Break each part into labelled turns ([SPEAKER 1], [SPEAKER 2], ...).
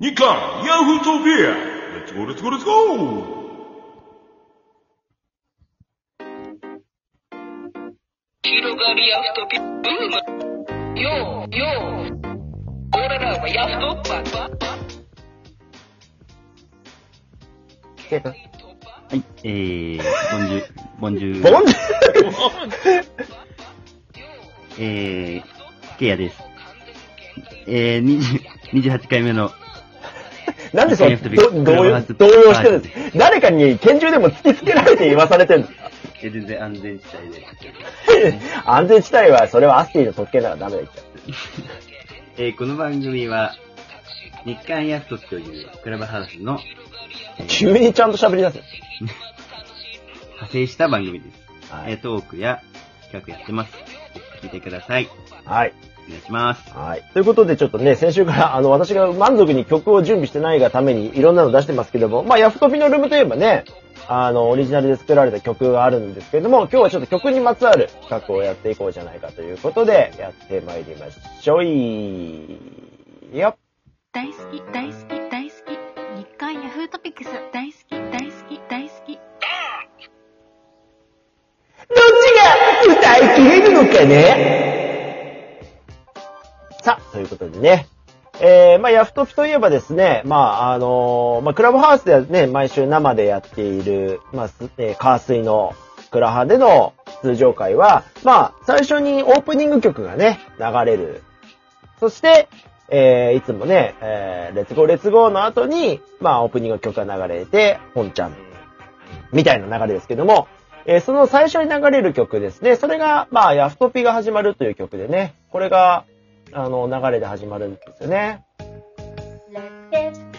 [SPEAKER 1] 日刊ヤフートピア !Let's go, let's go, let's go!
[SPEAKER 2] 広がりヤフトピ、ブーム。よう、よう。俺らはヤフトパパパ。
[SPEAKER 3] はい、えー、ボンジュ、ボンジュ、
[SPEAKER 4] ボンジ
[SPEAKER 3] えー、ケイヤです。えー、20 28回目の、
[SPEAKER 4] なんでその、
[SPEAKER 3] TF と
[SPEAKER 4] ど動揺、
[SPEAKER 3] TF
[SPEAKER 4] 動揺してるんです誰かに拳銃でも突きつけられて言わされてるん です。
[SPEAKER 3] えー全然安全地帯で、
[SPEAKER 4] 安全地帯は、それはアスティの特権ならダメだよ。
[SPEAKER 3] えー、この番組は、日刊ヤフトというクラブハウスの
[SPEAKER 4] 急にちゃんと喋り出す。
[SPEAKER 3] 派生した番組です。
[SPEAKER 4] は
[SPEAKER 3] え
[SPEAKER 4] い。
[SPEAKER 3] ー、トークや企画やってます。聞いてください。
[SPEAKER 4] はい。
[SPEAKER 3] お願いします。
[SPEAKER 4] はい。ということで、ちょっとね、先週から、あの、私が満足に曲を準備してないがために、いろんなの出してますけども、まあ、ヤフトピのルームといえばね、あの、オリジナルで作られた曲があるんですけれども、今日はちょっと曲にまつわる企画をやっていこうじゃないかということで、やってまいりましょい。よっ。
[SPEAKER 5] 大好き大好き大好き日刊ヤフートピックス大好き大好き大好き
[SPEAKER 4] どっちが歌い切れるのかねさあ、ということでね。えー、まあ、ヤフトピといえばですね、まあ、あのーまあ、クラブハウスではね、毎週生でやっている、まあ、すえー、カースイのクラハでの通常会は、まあ、最初にオープニング曲がね、流れる。そして、えー、いつもね、えー、レッツゴーレッツゴーの後に、まあ、オープニングの曲が流れて、本ちゃん、みたいな流れですけども、えーその最初に流れる曲ですね。それが、まあ、ヤフトピが始まるという曲でね。これが、あの、流れで始まるんですよね。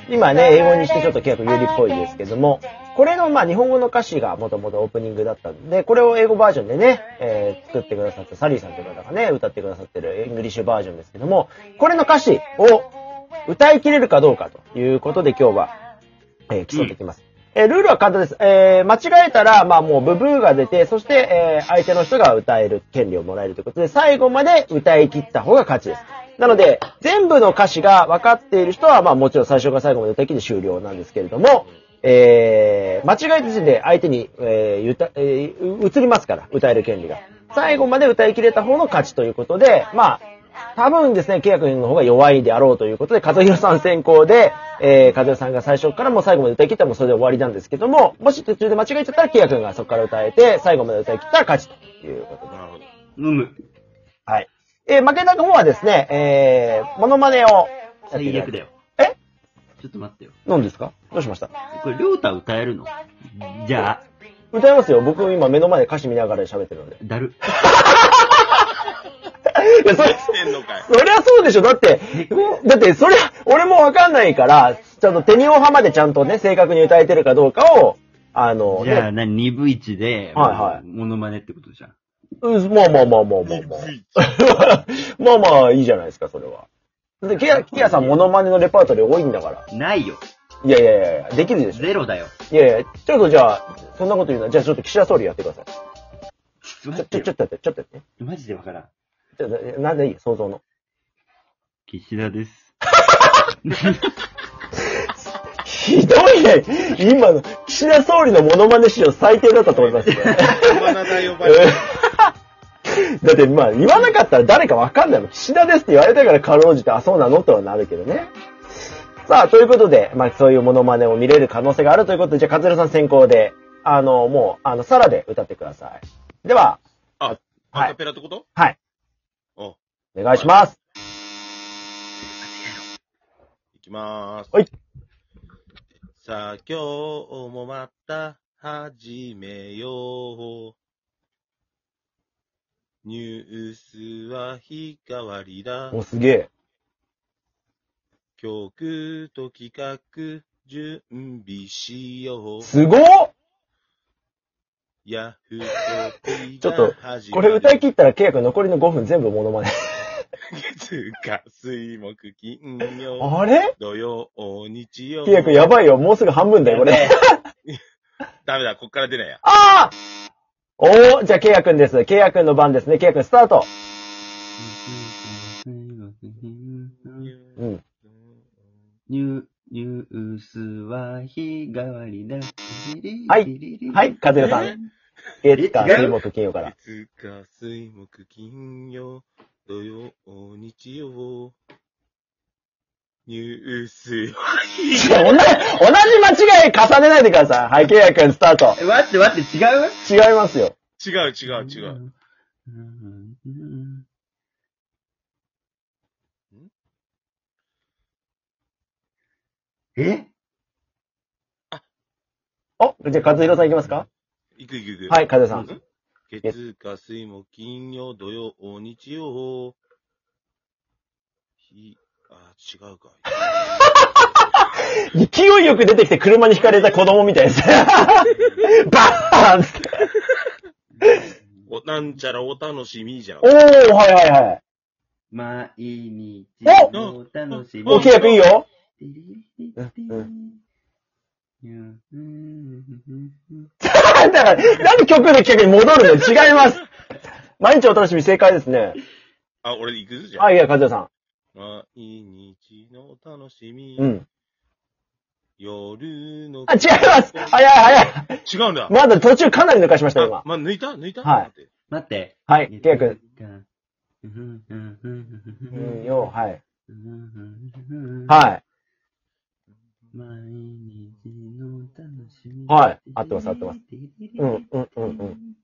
[SPEAKER 4] 今ね、英語にしてちょっと結構有利っぽいですけども、これのまあ日本語の歌詞がもともとオープニングだったんで、これを英語バージョンでね、えー作ってくださったサリーさんという方がね、歌ってくださってるイングリッシュバージョンですけども、これの歌詞を歌い切れるかどうかということで今日は、えー競ってきます。えールールは簡単です。えー間違えたら、まあもうブブーが出て、そして、えー相手の人が歌える権利をもらえるということで、最後まで歌い切った方が勝ちです。なので、全部の歌詞が分かっている人は、まあもちろん最初から最後まで歌い切って終了なんですけれども、えー、間違えた時点で相手に、えー、ゆたえー、移りますから、歌える権利が。最後まで歌い切れた方の勝ちということで、まあ、多分ですね、ケイヤ君の方が弱いであろうということで、和弘さん先行で、えー、和弘さんが最初からもう最後まで歌い切ったらもうそれで終わりなんですけども、もし途中で間違えちゃったら、ケイヤ君がそこから歌えて、最後まで歌い切ったら勝ちということで。
[SPEAKER 1] なるほど。
[SPEAKER 3] うむ。
[SPEAKER 4] はい。えー、負けた方はですね、えー、モノマネを。
[SPEAKER 3] 最悪だ
[SPEAKER 4] よ。
[SPEAKER 3] よ。
[SPEAKER 4] え
[SPEAKER 3] ちょっと待ってよ。
[SPEAKER 4] 何ですかどうしました
[SPEAKER 3] これ、りょうた歌えるのじゃあ、
[SPEAKER 4] 歌いますよ。僕今目の前で歌詞見ながら喋ってるので。
[SPEAKER 3] だる。
[SPEAKER 4] いや、それ、
[SPEAKER 1] してんのかい。
[SPEAKER 4] そりゃそうでしょ。だって、だって、そりゃ、俺もわかんないから、ちゃんと手におはまでちゃんとね、正確に歌えてるかどうかを、あの、
[SPEAKER 3] じゃあ、
[SPEAKER 4] ね、
[SPEAKER 3] な、二部一で、
[SPEAKER 4] はいはい
[SPEAKER 3] モノマネってことじゃん。
[SPEAKER 4] うんまあまあまあまあまあまあ。 まあまあ、いいじゃないですか、それは。で、ケア、ケアさん、モノマネのレパートリー多いんだから。
[SPEAKER 3] ないよ。
[SPEAKER 4] いやいやいやいや、できるでしょ。
[SPEAKER 3] ゼロだよ。
[SPEAKER 4] いやいや、ちょっとじゃあ、そんなこと言うなら、じゃあちょっと岸田総理やってください。
[SPEAKER 3] ちょっ
[SPEAKER 4] ち
[SPEAKER 3] と
[SPEAKER 4] ょ、ちょ、ちょ
[SPEAKER 3] 待ってよ
[SPEAKER 4] っとやって、ちょっとやって。
[SPEAKER 3] マジでわからん。
[SPEAKER 4] ちょっと、なんでいい想像の。
[SPEAKER 3] 岸田です。
[SPEAKER 4] ひどいね今の、岸田総理のモノマネ史上最低だったと思いますよ。
[SPEAKER 1] 山田大 呼ばれ。
[SPEAKER 4] だって、まあ、言わなかったら誰かわかんないもん。岸田ですって言われたから、かろうじて、あ、そうなのとはなるけどね。さあ、ということで、まあ、そういうモノマネを見れる可能性があるということで、じゃあ、カズルさん先行で、あの、もう、あの、サラで歌ってください。では、
[SPEAKER 1] あ、アカペラってこと
[SPEAKER 4] はい。
[SPEAKER 1] お、
[SPEAKER 4] お願いします。
[SPEAKER 1] いきまーす。
[SPEAKER 4] はい。
[SPEAKER 1] さあ、今日もまた始めよう。ニュースは日替わりだ。
[SPEAKER 4] お、すげえ。
[SPEAKER 1] 曲と企画準備しよう。
[SPEAKER 4] すごっ
[SPEAKER 1] ヤフーコピー
[SPEAKER 4] ちょっと
[SPEAKER 1] が始ま
[SPEAKER 4] こ
[SPEAKER 1] る
[SPEAKER 4] れ歌い切ったら、ケイヤ君残りの5分全部モノマネ。
[SPEAKER 1] 月火水木金曜、
[SPEAKER 4] あれ
[SPEAKER 1] 土曜、日曜。
[SPEAKER 4] ケイヤ君やばいよ。もうすぐ半分だよ、これ。
[SPEAKER 1] ダメだ、こっから出ないや。
[SPEAKER 4] ああおー、じゃあ、ケイヤ君です。ケイヤ君の番ですね。ケイヤ君、スタート。うん。
[SPEAKER 3] ニュー、ブスは日替わりだ。
[SPEAKER 4] はいは、
[SPEAKER 3] はい
[SPEAKER 4] 和代さ
[SPEAKER 1] え
[SPEAKER 4] ん。月火
[SPEAKER 3] え違
[SPEAKER 4] 水
[SPEAKER 3] う
[SPEAKER 4] 木金曜から。
[SPEAKER 1] 月火水木金曜、土曜、日曜、ニュース。
[SPEAKER 4] 違う同じ、同じ間違い重ねないでください。はい、ケイヤくんスタート。
[SPEAKER 3] え、待って待って、違う
[SPEAKER 4] 違いますよ。
[SPEAKER 1] 違う違う違う。
[SPEAKER 3] うん。うんえ
[SPEAKER 4] お、じゃあ、和弘さんいきますか
[SPEAKER 1] いくいくいく。
[SPEAKER 4] はい、和代さん。
[SPEAKER 1] 月火水木金曜、土曜、日曜、ひ、あ、違うか。
[SPEAKER 4] 勢いよく出てきて車に惹かれた子供みたいです。 バーンっつって。
[SPEAKER 1] お、なんちゃらお楽しみじゃん。
[SPEAKER 4] おー、はいはいはい。
[SPEAKER 3] 毎日
[SPEAKER 1] お
[SPEAKER 3] の楽しみ。
[SPEAKER 4] もう契約いいよ。
[SPEAKER 3] うんうん
[SPEAKER 4] だから、なんで曲の企画に戻るの違います。毎日お楽しみ正解ですね。
[SPEAKER 1] あ、俺行くじゃん。
[SPEAKER 4] あ、いや、和代さ
[SPEAKER 1] 毎日の楽しみ。
[SPEAKER 4] ん。うん。
[SPEAKER 1] 夜の。
[SPEAKER 4] あ、違います。早い早い。
[SPEAKER 1] 違うんだ。
[SPEAKER 4] まだ途中かなり抜かしましたよ、
[SPEAKER 1] あ
[SPEAKER 4] 今。
[SPEAKER 1] ま、抜いた抜いた
[SPEAKER 4] はい
[SPEAKER 1] 待って
[SPEAKER 3] 待って。
[SPEAKER 4] はい、ケイヤ君。
[SPEAKER 3] うんうんうんう
[SPEAKER 4] うんん、よ、はい。
[SPEAKER 3] うん
[SPEAKER 4] はい。
[SPEAKER 3] 毎日の楽しみ。
[SPEAKER 4] はい合ってます合ってます。う、
[SPEAKER 3] うん
[SPEAKER 4] うん、うん、うん。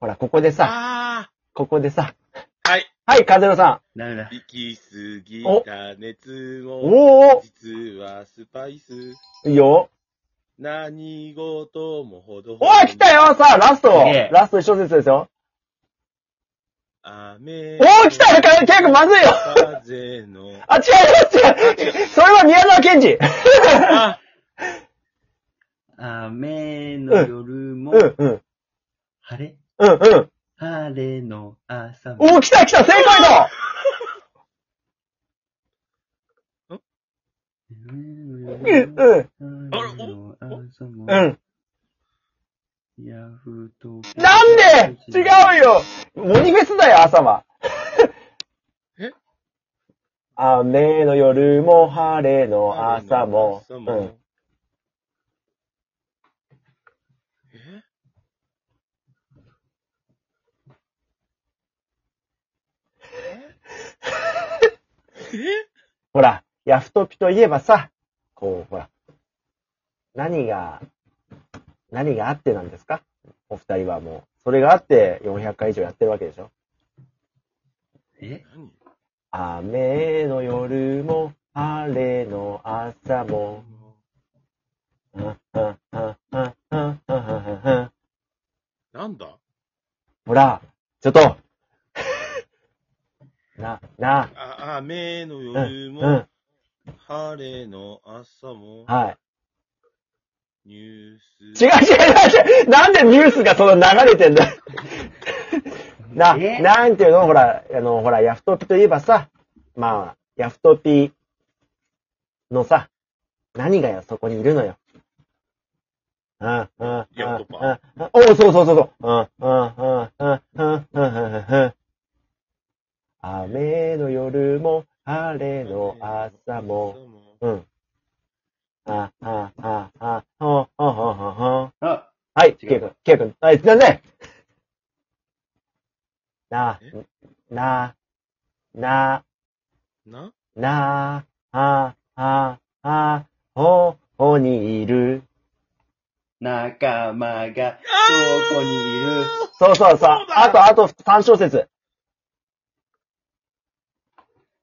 [SPEAKER 4] ほら、ここでさ、
[SPEAKER 1] あ
[SPEAKER 4] ここでさ。
[SPEAKER 1] あはい。
[SPEAKER 4] はい、和代さ
[SPEAKER 3] ダメだ。
[SPEAKER 1] 行き過ぎた熱
[SPEAKER 4] ん。
[SPEAKER 1] を。
[SPEAKER 4] おー
[SPEAKER 1] 実はスパイス。
[SPEAKER 4] いいよ。
[SPEAKER 1] 何事もほどほど
[SPEAKER 4] おい、来たよさあ、ラスト
[SPEAKER 3] すげえ
[SPEAKER 4] ラスト一小節ですよ。
[SPEAKER 1] 雨。
[SPEAKER 4] おー、来たよケイヤ君、まずいよ
[SPEAKER 1] 風の。
[SPEAKER 4] あ、違う違う違うそれは宮沢賢治
[SPEAKER 1] あ、
[SPEAKER 3] 雨の夜も
[SPEAKER 4] うん、うん、
[SPEAKER 3] 晴れ
[SPEAKER 4] うん、うん。
[SPEAKER 3] 晴れの朝も。
[SPEAKER 4] おー、来た来た正解だうん、うん、
[SPEAKER 3] うん
[SPEAKER 1] あれ
[SPEAKER 4] う。
[SPEAKER 3] うんん。ヤフーと。
[SPEAKER 4] なんで違うよモニフェスだよ、朝は。
[SPEAKER 1] え
[SPEAKER 4] 雨の夜も晴れの朝も。う
[SPEAKER 1] 朝
[SPEAKER 4] ん。
[SPEAKER 1] もえ
[SPEAKER 4] ほら、ヤフトピといえばさ、こう、ほら、何が、何があってなんですかお二人はもう。それがあって400回以上やってるわけでしょ
[SPEAKER 3] え
[SPEAKER 1] 何
[SPEAKER 4] 雨の夜も晴れの朝も。
[SPEAKER 1] なんだ
[SPEAKER 4] ほら、ちょっと。 な、な、
[SPEAKER 1] あ、雨の
[SPEAKER 4] うん、
[SPEAKER 1] 夜も、
[SPEAKER 4] うん、
[SPEAKER 1] 晴れの朝も、
[SPEAKER 4] はい。
[SPEAKER 1] ニュース。
[SPEAKER 4] 違う違う違う違うなんでニュースがその流れてんだな、
[SPEAKER 3] え
[SPEAKER 4] なんていうのほら、あの、ほら、ヤフトピといえばさ、まあ、ヤフトピのさ、何がよ、そこにいるのよ。うん、うん、うん、
[SPEAKER 1] ヤフト
[SPEAKER 4] う
[SPEAKER 1] パ
[SPEAKER 4] ん、うんおう、そうそうそうそう。うん、うん、うん、うん、うん、うん、うんうん。雨の夜も、晴れの朝も、うん。あ、あ、あ、あ、ほ、ほ、ほ、ほ、ほ。
[SPEAKER 3] あ、
[SPEAKER 4] はい、
[SPEAKER 3] 違う
[SPEAKER 4] ケイ君、ケイ君、はい、なんでな
[SPEAKER 1] え、
[SPEAKER 4] な、な、
[SPEAKER 1] な
[SPEAKER 4] な、あ、あ、あ、ほ、ほにいる。
[SPEAKER 3] 仲間が、どこにいる
[SPEAKER 4] そうそうそう。あと、あと3小節。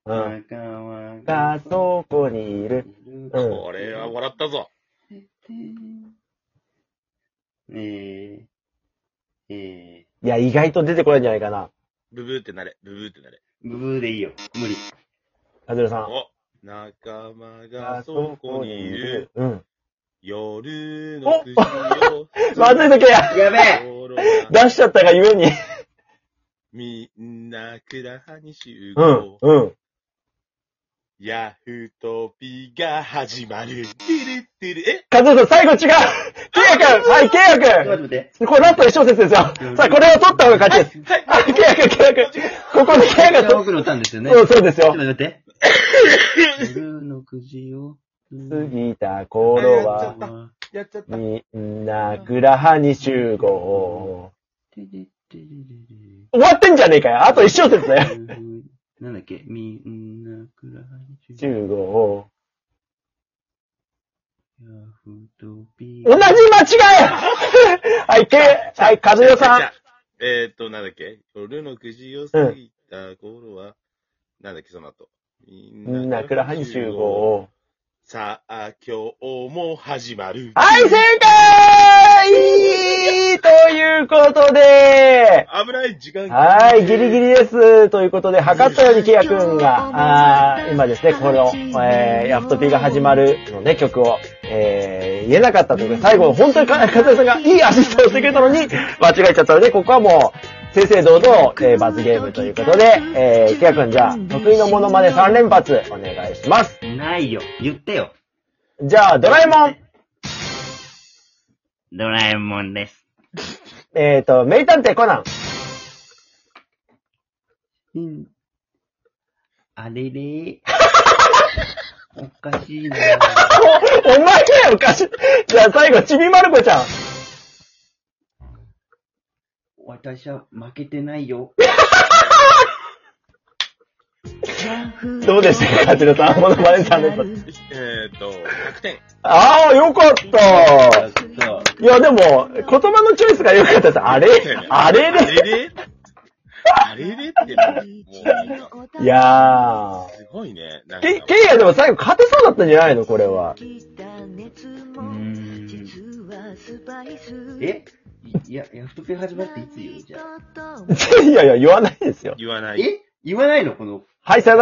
[SPEAKER 4] うん。
[SPEAKER 3] 仲間
[SPEAKER 4] が、
[SPEAKER 3] こ
[SPEAKER 4] そこにいる。
[SPEAKER 3] にいる
[SPEAKER 4] うん
[SPEAKER 1] これは笑ったぞ。
[SPEAKER 3] えー、え
[SPEAKER 4] いや、意外と出てこないんじゃないかな。
[SPEAKER 1] ブブーってなれ、ブブーってなれ。
[SPEAKER 3] ー、ブブーでいいよ。無理。
[SPEAKER 4] カズルさん。
[SPEAKER 1] お仲間がそこにいる。。
[SPEAKER 4] うん。。
[SPEAKER 1] 夜の9時を
[SPEAKER 4] まずい時や
[SPEAKER 3] やべえ
[SPEAKER 1] 心が
[SPEAKER 4] 出しちゃったがゆえに。
[SPEAKER 1] みんな蔵に集
[SPEAKER 4] う
[SPEAKER 1] 合
[SPEAKER 4] ん。。うん。
[SPEAKER 1] ヤフトピが始まる。てるてる。え
[SPEAKER 4] カズルさん、最後違うケイヤ君はい、ケイヤ
[SPEAKER 3] ちょっ
[SPEAKER 4] 君
[SPEAKER 3] と待って
[SPEAKER 4] これラスト一小節ですよ。さあ、これを取った方が勝ちです。
[SPEAKER 1] はい。
[SPEAKER 4] あ、契約、契約。ここで契
[SPEAKER 3] 待って。
[SPEAKER 4] 約
[SPEAKER 3] こ
[SPEAKER 4] が
[SPEAKER 3] れ奥のターンですよね。
[SPEAKER 4] そう、そうです
[SPEAKER 3] ちょっ
[SPEAKER 4] よ
[SPEAKER 3] と。待って。夜の9時を
[SPEAKER 4] 過ぎた頃
[SPEAKER 1] ちゃ
[SPEAKER 4] は
[SPEAKER 1] っ、たやっちゃった。
[SPEAKER 4] みんなグラハに集合。
[SPEAKER 3] てれてれれれ
[SPEAKER 4] 終わってんじゃねえかよあと一小節だよ
[SPEAKER 3] なんだっけみんな暗い中
[SPEAKER 4] 集合。
[SPEAKER 3] ヤフとピ
[SPEAKER 4] 同じ間違えはい、け、はい、和代さん。
[SPEAKER 1] じゃあえーっと、なんだっけ夜の9時を過ぎた頃は、なんだっけ、その後。み
[SPEAKER 4] みんな倉橋集合。
[SPEAKER 1] さあ、今日も始まる。
[SPEAKER 4] はい、正解ということで、
[SPEAKER 1] 危ない時間
[SPEAKER 4] はい、ギリギリです。ということで、測ったようにキヤくんが、あー今ですね、この、えー、ヤフトピが始まるのね、曲を、えー、言えなかったというか、最後、本当にか、かずさんがいいアシストをしてくれたのに、間違えちゃったので、ここはもう、正々堂々、えー、罰ゲームということで、えー、キヤくん、じゃあ、得意のモノマネ3連発、お願いします。
[SPEAKER 3] ないよ言ってよ
[SPEAKER 4] じゃあ、ドラえもん。
[SPEAKER 3] ドラえもんです。
[SPEAKER 4] えっ、と、名探偵コナン。
[SPEAKER 3] うん。あれ れおかしいな
[SPEAKER 4] お、お前だよ、おかしい。じゃあ最後、ちびまる子ちゃん。
[SPEAKER 3] 私は負けてないよ。
[SPEAKER 4] どうでしたか、カチロさん。モノマネさんです。
[SPEAKER 1] えーっと、100点。
[SPEAKER 4] ああ、よかった。
[SPEAKER 3] そう。
[SPEAKER 4] いや、でも、言葉のチョイスがよかったです。あれあれ
[SPEAKER 1] あれ
[SPEAKER 4] で
[SPEAKER 1] れあれれってな、もうみんな、
[SPEAKER 4] いや
[SPEAKER 1] すごいね。なん
[SPEAKER 4] ー。
[SPEAKER 1] か
[SPEAKER 4] け、けいやでも最後勝てそうだったんじゃないのこれは。
[SPEAKER 3] うーん。えいや、ヤフトペ始まっていつよじゃあ。
[SPEAKER 4] いやいや、言わないですよ。
[SPEAKER 1] 言わない。
[SPEAKER 3] え言わないのこの
[SPEAKER 4] はい、さよなら。